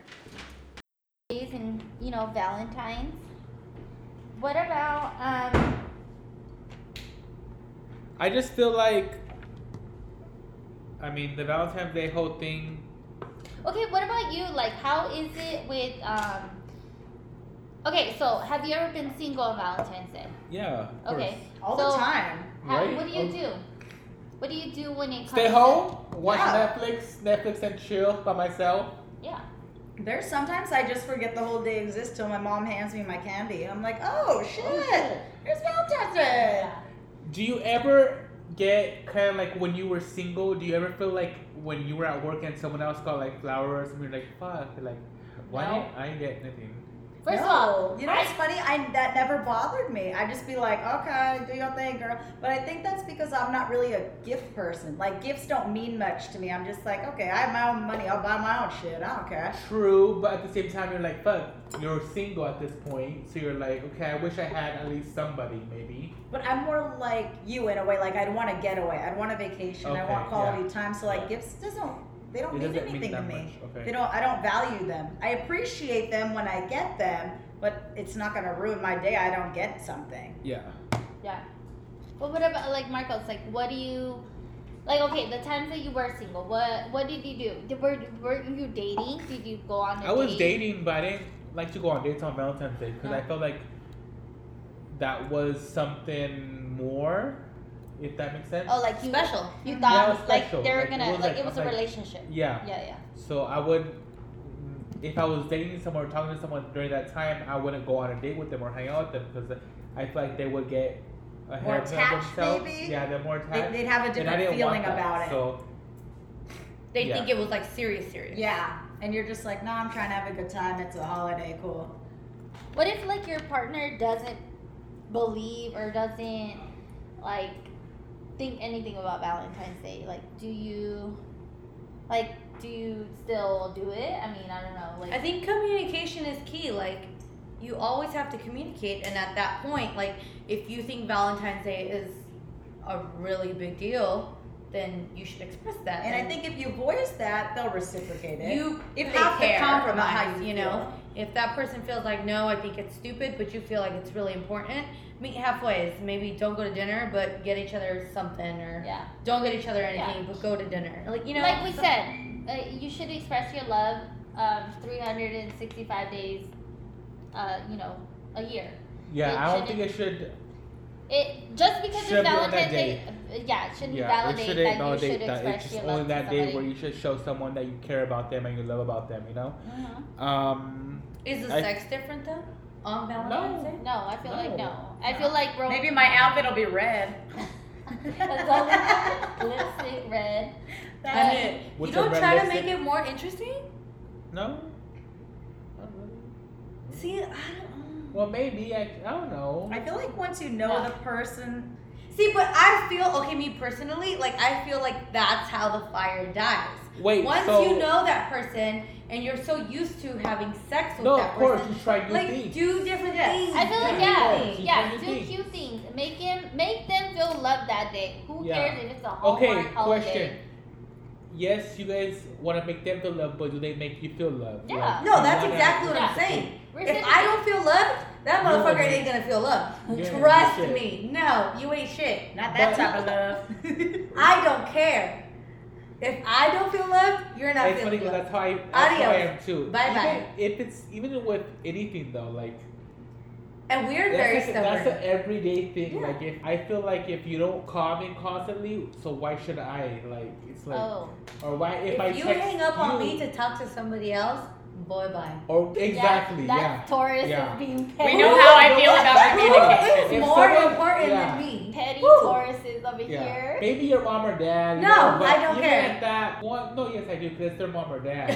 B: Days and you know Valentines. What about um?
C: I just feel like, I mean, the Valentine's Day whole thing.
B: Okay, what about you? Like, how is it with um? Okay, so have you ever been single on Valentine's Day?
C: Yeah. of
B: Okay.
C: course.
E: All
B: so,
E: the time.
B: How,
C: Right?
B: What do you
C: Oh.
B: do? What do you do when it comes?
C: Stay
B: to-
C: home, watch
E: Yeah.
C: Netflix, Netflix and chill by myself.
B: Yeah.
E: There's sometimes I just forget the whole day exists till my mom hands me my candy. I'm like, oh shit, here's Valentine's Day.
B: yeah.
C: Do you ever get kind of like when you were single? Do you ever feel like when you were at work and someone else got like flowers and you're like, fuck, like, why
B: No.
C: didn't I get anything?
B: First
E: no.
B: of all,
E: you know what's funny? I that never bothered me. I just be like, okay, do your thing, girl. But I think that's because I'm not really a gift person. Like gifts don't mean much to me. I'm just like, okay, I have my own money. I'll buy my own shit. I don't care.
C: True, but at the same time, you're like, fuck, you're single at this point, so you're like, okay, I wish I had at least somebody, maybe.
E: But I'm more like you in a way. Like I'd want a getaway. I'd want a vacation. I
C: Okay,
E: want quality time. So like gifts doesn't they don't
C: It
E: mean
C: doesn't mean
E: anything to
C: that
E: me.
C: much, okay.
E: They don't. I don't value them. I appreciate them when I get them, but it's not gonna ruin my day. I don't get something.
C: Yeah.
B: yeah. But what about like Marcos? Like, what do you like? Okay, the times that you were single, what what did you do? Did, were weren't you dating? Did you go on? a
C: I was
B: date?
C: dating, but I didn't like to go on dates on Valentine's Day because I
E: Oh.
B: No.
C: felt like that was something more, if that makes sense.
B: Oh, like you
E: Special.
B: You
A: Mm-hmm.
E: Mhm.
B: thought
C: Yeah, it was
B: like
C: special.
B: they were
C: Like, it
B: gonna
C: was
B: like,
C: like-
B: it was a
C: like-
B: relationship.
C: Yeah.
B: Yeah, yeah.
C: So I would, if I was dating someone or talking to someone during that time, I wouldn't go on a date with them or hang out with them because I feel like they would get ahead
E: More
C: of
E: attached,
C: themselves.
E: maybe?
C: Yeah, they're more attached.
E: They, would have a
C: and I
E: different
C: didn't
E: feeling
C: want that,
E: about it.
C: So
A: They
C: Yeah.
A: think it was like serious, serious.
E: Yeah, and you're just like, no, I'm trying to have a good time. It's a holiday, cool.
B: What if like your partner doesn't believe or doesn't like think anything about Valentine's Day? Like, do you like do you still do it? I mean, I don't know. Like,
A: I think communication is key. Like, you always have to communicate, and at that point, like, if you think Valentine's Day is a really big deal, then you should express that.
E: And I think if you voice that, they'll reciprocate it.
A: you
E: if
A: they
E: half the
A: care
E: compromise,
A: about how you,
E: you
A: know, if that person feels like no, I think it's stupid, but you feel like it's really important, meet halfway. Is maybe don't go to dinner, but get each other something, or
B: yeah,
A: don't get each other
B: Yeah.
A: anything, but go to dinner. Like you know,
B: like we
A: so-
B: said, uh, you should express your love um, 365 days, uh, you know, a year.
C: yeah,
B: It
C: I don't think
B: shouldn't-
C: it should.
B: It just because
C: Shouldn't
B: it's
C: be on that
B: Valentine's Day, uh, yeah, it shouldn't
C: Yeah, it
B: validate
C: shouldn't
B: that you
C: validate
B: should
C: that.
B: express
C: It's
B: your
C: just
B: love
C: only that
B: to somebody.
C: day where you should show someone that you care about them and you love about them. You know.
B: Mhm.
C: Um.
A: is the
C: I-
A: sex different though on Valentine's Day?
B: No, I feel like
C: No.
B: no. I feel like rom-
E: Maybe my outfit will be red.
B: As long as lipstick red.
A: I mean,
C: With
A: you
C: the
A: don't
C: red
A: try to
C: lipstick?
A: make it more interesting.
C: No. Not really.
A: See, I don't.
C: Well, maybe I, I don't know.
E: I feel like once you know
B: Yeah.
E: the person,
A: See, but I feel okay. Me personally, like I feel like that's how the fire dies.
C: Wait,
A: Once
C: so,
A: you know that person and you're so used to having sex with
C: No,
A: that
C: of course
A: person,
C: you try new
A: like
C: things.
A: do different
E: Yes.
A: things.
B: I feel like
A: different
B: yeah,
A: things.
C: Keep
B: yeah.
C: on
B: Do
C: your feet.
B: cute things. Make him, make them feel loved that day. Who
C: Yeah.
B: cares if it's a
C: okay,
B: Hallmark
C: question.
B: holiday?
C: Yes, you guys want to make them feel love, but do they make you feel love?
B: Yeah.
C: Like,
A: No,
C: you
A: that's
C: wanna-
A: exactly what
B: Yeah.
A: I'm saying. If
B: Reciprocate.
A: I don't feel loved, that
C: You're
A: motherfucker
C: the-
A: ain't gonna feel loved.
C: You're the
A: Trust
C: shit.
A: me. No, you ain't shit.
E: not that
C: But-
E: type of love.
A: I don't care. If I don't feel loved, you're not
C: It's funny
A: feeling
C: because
A: loved.
C: that's how I, that's how I
A: Adios.
C: am too.
A: Bye-bye.
C: Even if it's even with anything though, like
A: And we're very
C: that's, a,
A: stubborn.
C: that's an everyday thing.
A: Yeah.
C: Like if I feel like if you don't call me constantly, so why should I? Like it's like
B: Oh,
C: or why if,
A: if
C: I
A: you
C: text
A: hang up on
C: you-
A: me to talk to somebody else, boy bye.
C: or exactly
B: Yeah,
C: yeah.
B: that's Taurus
C: yeah.
B: is being petty.
E: we know how I feel about
A: Who
E: communication.
A: is
C: If
A: more
C: someone-
A: important
C: yeah.
A: than me?
B: petty
A: Woo.
B: Taurus is over
C: Yeah.
B: here.
C: Maybe your mom or dad. you
A: No,
C: know, but
A: I don't
C: even
A: care.
C: At that, well, no, yes, I do because they're mom or dad.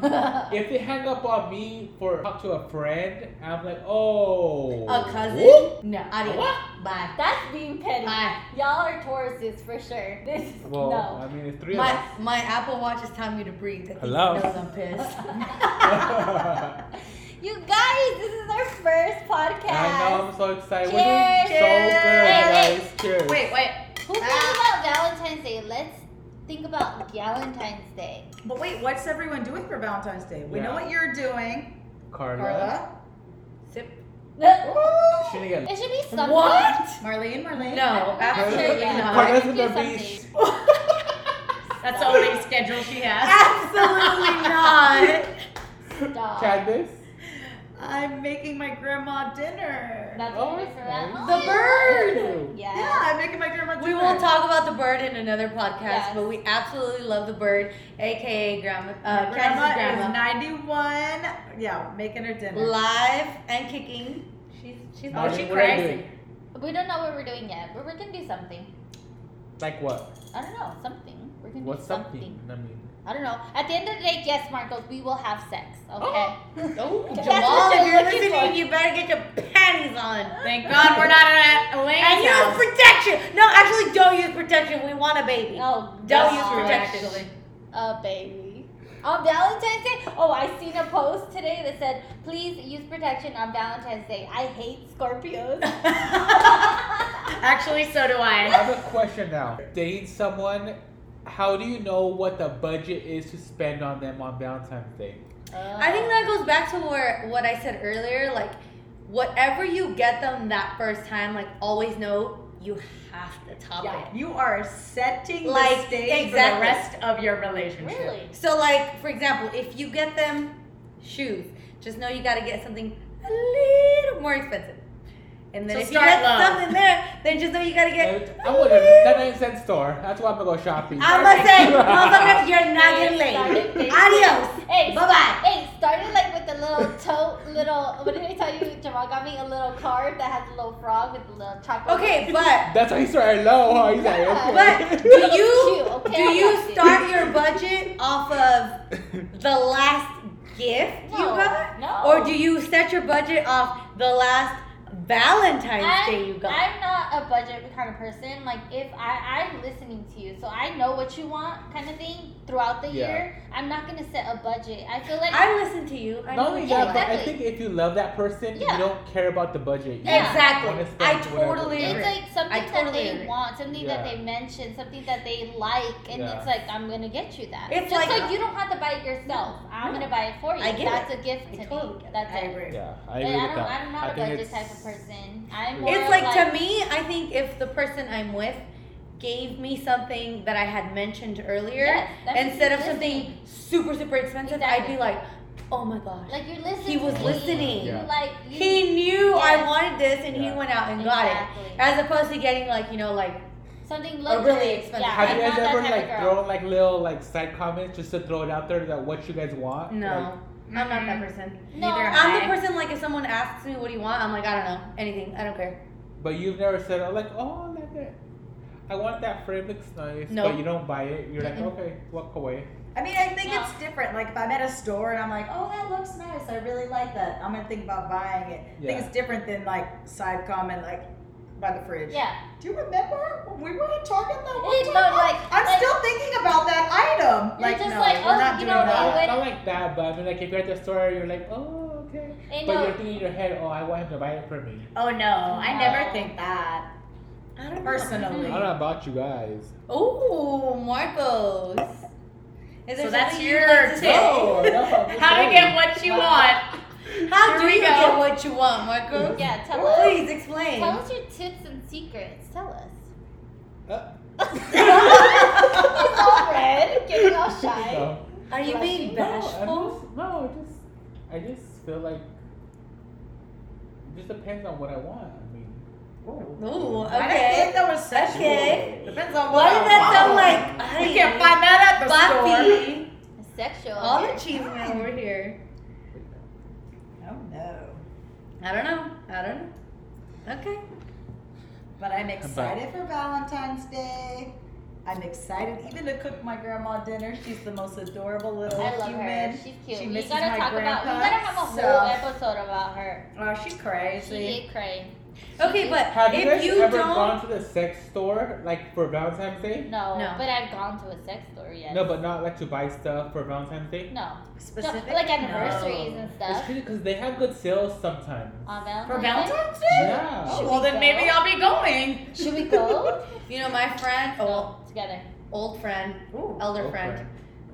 C: But if they hang up on me for talk to a friend, I'm like, oh,
A: A cousin?
C: whoop.
A: No. Adios.
C: What?
A: Bye.
B: That's being petty.
A: Bye.
B: Y'all are Tauruses for sure. This is
C: Well,
B: no.
C: I mean, it's three
A: My,
C: of us.
A: my Apple Watch is telling me to breathe. I think
C: Hello?
A: It knows I'm pissed.
C: uh,
B: You guys, this is our first podcast.
C: I know. I'm so excited. We're
B: Cheers.
C: doing so good,
B: Cheers. Hey,
C: guys. Cheers.
E: wait, wait,
B: Who cares about Valentine's Day? Let's think about Valentine's Day.
E: but wait, what's everyone doing for Valentine's Day? We know
C: Yeah.
E: what you're doing,
C: Carla.
E: Carla,
A: Sip.
C: She
B: it
C: didn't get.
B: should be something.
E: Marlene, Marlene.
A: No, absolutely
B: Yeah.
A: not.
C: Carla's
B: do
C: gonna be.
B: something.
E: That's the only schedule she has.
A: Absolutely not.
B: Stop.
C: Chadness.
E: I'm making my grandma dinner.
B: That's
C: Oh,
B: what it is for that.
C: nice.
A: The
B: Oh,
A: bird.
B: Yeah.
E: yeah, I'm making my grandma dinner.
A: We will talk about the bird in another podcast,
B: Yes.
A: but we absolutely love the bird, aka Grandma, uh,
E: My grandma,
A: Candace's
E: is
A: grandma,
E: 91. Yeah, making her dinner.
A: live and kicking. She's she's
E: Oh,
C: Marlene,
E: she
C: what are you
E: crazy.
C: doing?
B: We don't know what we're doing yet, but we're gonna do something.
C: Like what?
B: I don't know, something. We're gonna
C: What's
B: do something.
C: something? I mean.
B: I don't know. At the end of the day, yes, Marcos, we will have sex. Okay.
A: oh
B: That's
A: Jamal,
B: what
A: if
B: you're
A: you're
B: looking
A: listening better get your panties on. Thank God we're not at a
B: Elaine's
A: And use
B: house.
A: protection. No, actually, don't use protection. We want a baby.
B: Oh,
A: don't
B: that's
A: use
B: true,
A: protection.
B: actually. A baby. On Valentine's Day? Oh, I seen a post today that said, please use protection on Valentine's Day. I hate Scorpios.
A: Actually, so do
C: I
A: I.
C: have a question now. Dating someone, how do you know what the budget is to spend on them on Valentine's Day?
A: I think that goes back to where what I said earlier. Like, whatever you get them that first time, like always know you have to top
E: Yeah,
A: it.
E: you are setting
A: Like,
E: the stage for
A: exactly.
E: the rest of your relationship.
B: Oh, Really?
A: So, like, for example, if you get them shoes, just know you gotta get something a little more expensive. And then
E: So
A: if you
E: start
A: get
E: low.
A: something there, then just know you gotta
C: I
A: get.
C: Uh, I want a 99 cent store. That's why I'm gonna go shopping.
A: I'm gonna say, motherfucker, you're not getting late. Adios.
B: Hey,
A: Bye bye.
B: Hey, started like with a little tote, little. What did I tell you? Jamal got me a little card that has a little frog with a little chocolate.
A: Okay, but
C: That's why he started low. Huh? He's like, okay.
A: but do
B: Cute,
A: you
B: okay,
A: do
B: I
A: you
B: got you.
A: start your budget off of the last gift you
B: No,
A: got,
B: no.
A: or do you set your budget off the last Valentine's Day you got?
B: I'm not a budget kind of person. Like if I, I'm listening to you, so I know what you want, kind of thing. Throughout the
C: Yeah.
B: year, I'm not gonna set a budget. I feel like
A: I listen to you. I
C: Not
A: know
C: only
A: what
C: that,
A: you
B: Yeah,
C: but I
B: exactly.
C: think if you love that person,
B: Yeah.
C: you don't care about the budget. You
B: Yeah.
C: wanna
A: Exactly.
C: spend
A: I
C: whatever.
A: totally
B: it's
A: agree.
B: like something
A: I
B: that
A: totally
B: they
A: agree.
B: want, something that
C: Yeah.
B: they mention, something that they like, and
C: Yeah.
B: it's like I'm gonna get you that.
A: It's
B: just
A: like-
B: like, you don't have to buy it yourself. I'm
A: No.
B: gonna buy it for you.
A: I get
B: That's a gift
A: I
B: to
A: totally
B: me.
A: get it.
B: That's
E: I
B: it.
E: agree.
C: Yeah, I
B: But
C: agree
B: I
C: with
B: don't,
C: that.
B: I'm not a
C: think
B: budget
C: it's-
B: type of person. I'm more
A: It's
B: of
A: like, to me, I think if the person I'm with gave me something that I had mentioned earlier,
B: Yes, that means
A: instead
B: you're
A: of something
B: listening.
A: super, super expensive, I'd
B: Exactly.
A: be like, oh my gosh.
B: like you're listening.
A: He was
B: to me.
A: listening.
B: You
C: Yeah.
B: like you,
A: he knew I
B: Yes.
A: wanted this and
C: Yeah.
A: he went out and
B: Exactly.
A: got it. As opposed to getting like, you know, like,
B: something
A: really
B: luxury.
A: expensive.
B: Yeah,
C: Have
B: I'm
C: you guys
B: not that
C: ever
B: type of
C: like
B: girl.
C: thrown like little like side comments just to throw it out there that what you guys want?
A: no. I'm not that person.
B: No.
A: Neither am
B: I'm
A: I.
B: the
A: I'm the person like if someone asks me what do you want, I'm like, I don't know. Anything. I don't care.
C: Like, but you've never said oh, like oh like that. I want that frame looks nice,
A: No.
C: but you don't buy it. You're like
A: Mm-mm.
C: okay, walk away.
E: I mean, I think
B: Yeah.
E: it's different. Like if I'm at a store and I'm like, oh, that looks nice. I really like that. I'm gonna think about buying it. I
C: Yeah.
E: think it's different than like side comment like by the fridge.
B: Yeah.
E: Do you remember when we were at Target that one
B: Hey,
E: time?
B: no,
E: Oh,
B: like-
E: I'm
B: like-
E: still thinking about that item.
B: You're
E: Like
B: just
E: no,
B: like,
E: we're
B: oh,
E: not
B: you
E: doing
B: know,
E: that.
B: no.
C: Not,
B: when-
C: not like that, but I mean like if you're at the store, you're like oh okay,
B: I
C: but
B: know.
C: you're thinking in your head oh I want him to buy it for me.
E: Oh no, I
B: No.
E: never think that
A: I don't know.
C: I
E: personally.
C: don't know about you guys.
A: Oh, Marcos. Is
E: So
A: there
E: that's
A: something
E: your
A: you'd like to
E: tip.
A: say?
C: No, Oh, no, I'm just saying.
E: what you want.
A: How
E: Here
A: do
E: we
A: you
E: go.
A: get what you want, Marcos?
B: Yeah, tell us.
A: Please explain.
B: Tell us your tips and secrets. Tell us.
C: Uh,
B: It's all red, getting all shy.
C: no.
A: Are you being
C: No, I'm
A: bashful?
C: just- no, just I just feel like it just depends on what I want. I mean,
A: Ooh,
E: I didn't
A: okay.
E: think that was sexual.
A: Okay.
E: Depends on
A: Why
E: what.
A: did
E: I
A: that sound
E: want.
A: like
E: We can't find that at the store.
A: Buffy?
B: Sexual.
A: All the cheese men over here.
E: Oh no.
A: I don't know. I don't know. Okay.
E: But I'm excited for Valentine's Day. I'm excited even to cook my grandma dinner. She's the most adorable little
B: I love
E: human.
B: her. She's cute.
E: She
B: we
E: misses
B: gotta
E: my
B: talk about. We
E: grandpa,
B: gotta have a whole
E: so-
B: episode about her.
E: Oh, she's
B: She
E: crazy.
B: did cray.
A: Okay, but
C: have you
A: if
C: guys
A: you,
C: ever
A: don't,
C: gone to the sex store like for Valentine's Day?
B: No,
A: No.
B: but I've gone to a sex store yet.
C: No, but not like to buy stuff for Valentine's Day.
B: no, no
E: Specific.
B: like anniversaries
E: No.
B: and
C: It's
B: stuff.
C: crazy because they have good sales sometimes.
B: On Valentine's.
E: For
B: Day?
E: Valentine's Day?
C: Yeah.
E: Oh,
B: Should
E: well
B: we
E: then
B: go?
E: maybe I'll be going.
B: Should we go?
A: you know, my friend, oh,
B: Go together.
A: old friend,
E: Ooh.
A: elder
C: Oh,
A: friend,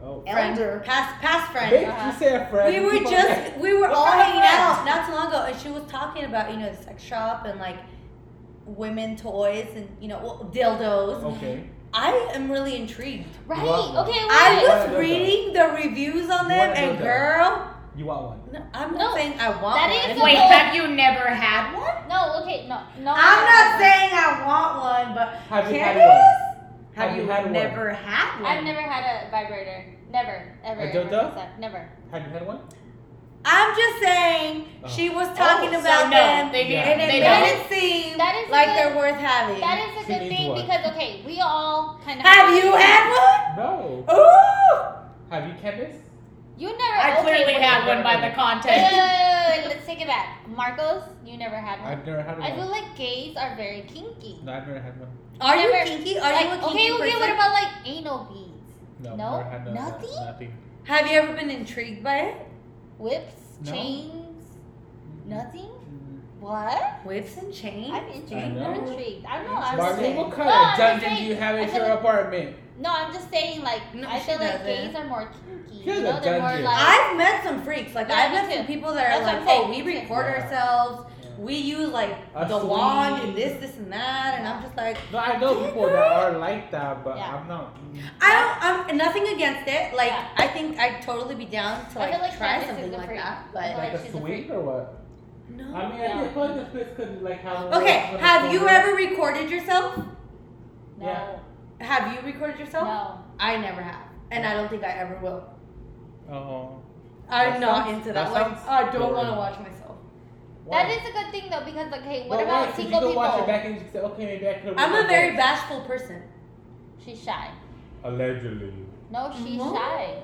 C: Oh.
A: friend,
E: Elder.
A: past past friend.
C: Babe,
B: Uh-huh.
C: you said friend.
A: We
C: you
A: were
C: keep on saying-
A: just we were
E: What
A: all
E: kind of
A: hanging
E: friend?
A: out not too long ago, and she was talking about you know the sex shop and like women toys and you know well, dildos.
C: Okay.
A: I am really intrigued.
B: Right.
C: Wow.
B: Okay. Wait.
A: I
C: What
A: was
C: dildo?
A: reading the reviews on them,
C: What
A: and
C: dildo?
A: girl,
C: You want one?
A: no, I'm not
B: No,
A: saying I want
B: that
A: one.
B: is Wait, a- have
E: you never had one?
B: no. Okay. No. No.
A: I'm not saying I want one, but
C: Have you
E: Can
C: had
E: you?
C: one?
E: Have,
C: Have
E: you,
C: you had one?
E: never had one?
B: I've never had a vibrator. Never. Ever.
C: A
B: ever,
C: dildo?
B: except- Never.
C: Have you had one?
A: I'm just saying
C: Oh.
A: she was talking
E: Oh, so
A: about
E: no,
A: them,
E: they
C: Yeah.
A: and it
C: they
A: made
B: don't.
A: it seem
B: That is
A: like
B: good.
A: they're worth having.
B: That is a
C: She
B: good
C: needs
B: thing
C: one.
B: because okay, we all kind of
A: Have you had
C: No.
A: Oh. one? Ooh.
C: Have you, Candice?
B: You never.
F: I
B: okay,
F: clearly
B: wait.
F: had one by the
B: Wait, wait, wait,
F: content.
B: wait, wait, let's take it back. Marcos, you never had one.
C: I've never had
B: I feel
C: one.
B: like gays are very kinky.
C: No, I've never had one.
A: Are you
B: Never-
A: kinky? Are you a
B: Like,
A: kinky
B: okay, okay,
A: person?
B: what about like anal beads?
C: No,
B: No?
C: never had none of that.
B: Nothing?
C: Nothing.
A: Have you ever been intrigued by it?
B: Whips?
C: No.
B: Chains? Nothing?
C: Mm.
B: What?
A: Whips and chains?
B: I'm
C: I
B: intrigued.
C: know.
B: I'm intrigued. I don't know. I'm just
C: Marlene,
B: saying.
C: what kind
B: No,
C: of
B: I'm just
C: dungeon do
B: saying-
C: you have
B: I
C: at
B: feel
C: your
B: like-
C: apartment?
B: No, I'm just saying, like,
A: No,
B: I
A: she
B: feel like
A: doesn't.
B: gays are more kinky.
C: You're
B: you
C: the
B: know, they're more
C: dungeon.
B: like.
A: I've met some freaks. Like
B: Yeah,
A: I've
B: me
A: met
B: too.
A: some people that
B: That's
A: are
B: what I'm
A: like,
B: saying,
A: oh, we
B: me too."
A: record
C: Yeah.
A: ourselves.
C: Yeah.
A: We use like
C: A
A: the wand
C: sleeve.
A: and this, this, and that. And I'm just like,
C: No, I know people that are like that, but
B: Yeah.
C: I'm not. mm,
A: I don't. I'm nothing against it. Like
B: Yeah.
A: I think I'd totally be down to
B: I feel
A: like,
B: like
A: try
B: Candace is
A: something
B: a
A: like
B: freak.
A: that.
B: I feel
A: But
C: Like
B: like
C: a
B: she's a
C: sweet
B: freak.
C: or what?
A: no.
C: I mean, I
B: No.
C: did play this place because like how.
A: Okay.
C: how the
A: Have you
C: corner-
A: ever recorded yourself?
B: no.
C: Yeah.
A: Have you recorded yourself?
B: No.
A: I never have, and I don't think I ever will.
C: Oh.
A: I'm
C: That
A: not
C: sounds-
A: into that.
C: that
A: Like,
C: sounds
A: I don't want to
C: boring.
A: watch myself.
C: Why?
B: That is a good thing, though, because, okay,
C: But
B: what
C: why?
B: about
C: Could you
B: single
C: go watch it
B: people?
C: back and just say, okay, maybe I could.
A: I'm a very bashful person.
B: She's shy.
C: Allegedly.
B: No, she's
A: No.
B: shy.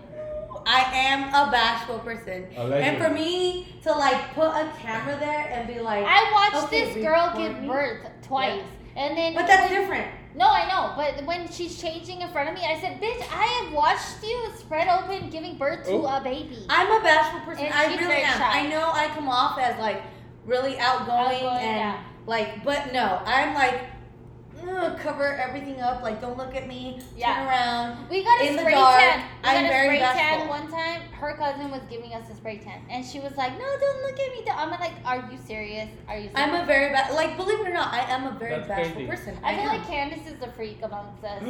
A: I am a bashful person.
C: Allegedly.
A: And for me to like put a camera there and be like,
B: I watched
A: Okay,
B: this girl give
A: recording.
B: birth twice. And then
A: but that's
B: when-
A: different.
B: No, I know, but when she's changing in front of me, I said, "Bitch, I have watched you spread open giving birth to
C: Oh.
B: a baby."
A: I'm a bashful person.
B: And
A: I
B: she's
A: really
B: very
A: am.
B: shy.
A: I know I come off as like really outgoing,
B: Outgoing,
A: and
B: yeah.
A: like, but no, I'm like ugh, cover everything up. Like, don't look at me.
B: Yeah.
A: Turn around.
B: we got a
A: in the
B: spray
A: dark,
B: tan. We
A: I'm
B: got a
A: very
B: spray tan
A: bashful.
B: one time. Her cousin was giving us a spray tan, and she was like, "No, don't look at me." Don't. I'm like, "Are you serious? Are you?" Serious?
A: I'm a very bad. Like, believe it or not, I am a very
C: That's
A: bashful
C: crazy.
A: person.
B: I feel
A: am.
B: like Candace is a freak amongst us.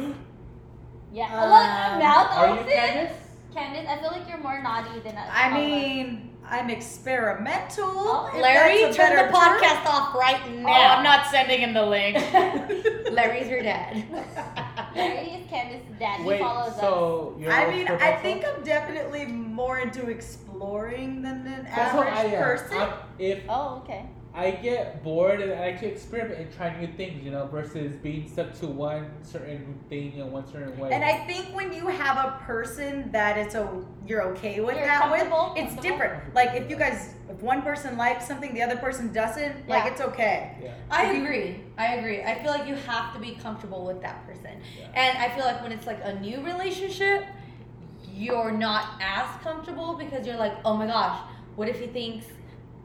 B: yeah.
E: Um,
B: Look, mouth
C: are you
B: open.
C: Candace?
B: Candace, I feel like you're more naughty than us.
E: I
B: all of us.
E: mean, I'm experimental.
B: Oh,
E: if
A: Larry,
E: that's a
A: turn
E: better
A: the podcast off right
F: Oh, I'm
A: now.
F: not sending him the link.
A: Larry's your dad.
B: Larry is Candace's dad. He
C: Wait,
B: follows us.
C: so you're
E: I mean, I
C: experimental?
E: think I'm definitely more into exploring than an
C: That's what I
E: average
C: am.
E: person.
C: I'm- if
B: Oh, okay.
C: I get bored and I like to experiment and try new things, you know, versus being stuck to one certain thing and one certain way.
E: And I think when you have a person that it's a you're okay with
B: You're
E: that with,
B: comfortable,
E: it's
B: comfortable.
E: different. Like if you guys, if one person likes something, the other person doesn't,
B: Yeah.
E: like it's okay.
C: yeah.
A: I agree. I agree. I feel like you have to be comfortable with that person.
C: Yeah.
A: And I feel like when it's like a new relationship, you're not as comfortable because you're like, oh my gosh, what if he thinks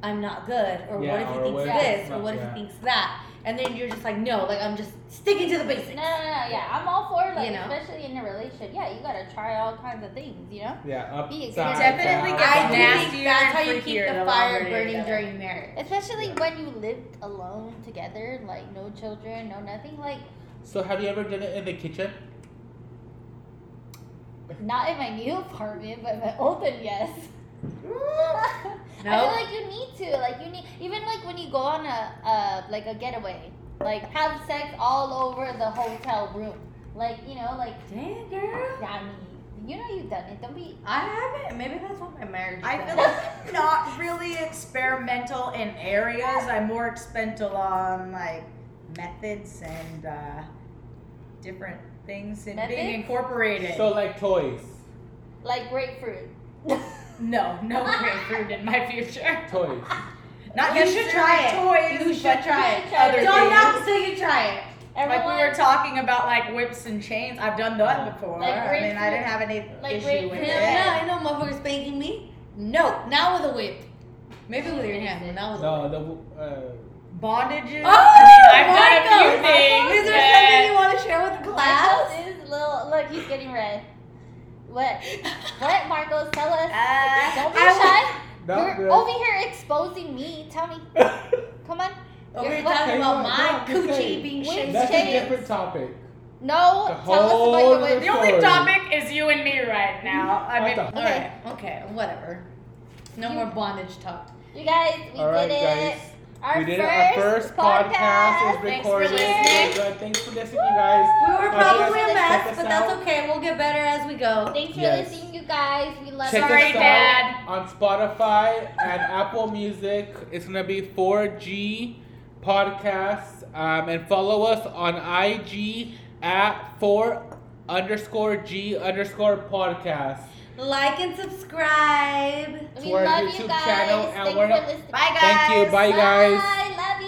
A: I'm not good? Or
C: Yeah,
A: what if he
C: or
A: thinks
C: what
B: if
A: this?
C: it's
A: Or
C: not-
A: what if
C: yeah.
A: he thinks that? And then you're just like, no, like I'm just sticking to the basics.
B: No, no, no. Yeah, I'm all for like,
A: You know?
B: especially in a relationship. Yeah, you gotta try all kinds of things. You know.
C: Yeah, up,
B: He
C: down,
E: definitely
C: down,
E: gets
C: down.
A: I
E: nasty.
A: do think that's how you keep
F: freakier
A: the
F: the
A: fire
F: longer you're
A: burning
F: together.
A: during marriage.
B: Especially when you lived alone together, like no children, no nothing. Like
C: So have you ever done it in the kitchen?
B: not in my new apartment, but my old one, yes. I
A: Nope.
B: feel like you need to, like you need, even like when you go on a, uh, like a getaway, like have sex all over the hotel room, like you know, like
A: Dang, girl.
B: I mean, you know you've done it. Don't be.
A: I haven't. Maybe that's what my marriage is.
E: I feel like I'm not really experimental in areas. I'm more experimental on like methods and uh, different things and
B: Methods?
E: being incorporated.
C: So like toys,
B: Like grapefruit.
F: No, no grapefruit in my future.
C: toys.
E: not
A: you should try it.
E: toys,
A: You should
E: but
A: try it.
B: Try
F: Other
A: Don't
F: things.
A: knock till you try it.
B: Everyone,
E: Like we were talking about like whips and chains. I've done that before.
B: Like
E: I mean, I
B: grapefruit.
E: didn't have any
B: Like
E: issue with
B: grapefruit.
A: Hell
E: it.
A: no, ain't no motherfucker spanking me. No, not with a whip. Maybe with your hand, but not with a
C: No,
A: whip.
C: the uh,
A: Oh,
E: bondages.
F: I've done a few
A: Marcos!
F: things
A: Is there
F: that-
A: something you want to share with the
B: Marcos
A: class?
B: is little. Look, he's getting red. What? What, Marcos? Tell us.
E: Uh,
B: Don't be
A: I was-
B: shy.
C: not
B: You're
C: good.
B: over here exposing me. Tell me. Come on.
A: Oh, we're
B: You're-
A: talking about my
C: No, I'm just
A: coochie
C: saying.
A: being
B: Wait,
A: shaved.
C: That's
B: Shades.
C: a different topic.
B: No.
C: The
B: Tell us about
C: whole
B: your
C: other
B: way.
F: The only
C: Sorry.
F: topic is you and me right now. I
C: What
F: mean,
C: the-
A: Alright, okay, whatever. No more bondage talk.
B: You guys, we
C: All right,
B: did it.
C: guys.
B: Our
C: we did
B: first,
C: it. Our first podcast, is
F: Thanks for
C: recorded.
F: listening.
C: Good. Thanks for listening, you guys.
A: We were
C: Uh,
A: probably a
C: check
A: mess,
C: us
A: but that's
C: out.
A: okay. We'll get better as we go.
B: Thanks for
C: Yes.
B: listening, you guys. We love
C: Check
B: you.
F: Sorry,
C: us out
F: Dad.
C: on Spotify and Apple Music. It's gonna be 4G podcasts, um, and follow us on IG at four underscore G underscore podcast.
A: Like and subscribe.
B: We
C: our
B: love
C: YouTube
B: you guys.
C: channel, and
B: Thanks
C: we're
B: for
C: not-
B: listening.
E: Bye guys.
C: Thank you. Bye, guys.
B: Bye. Love you.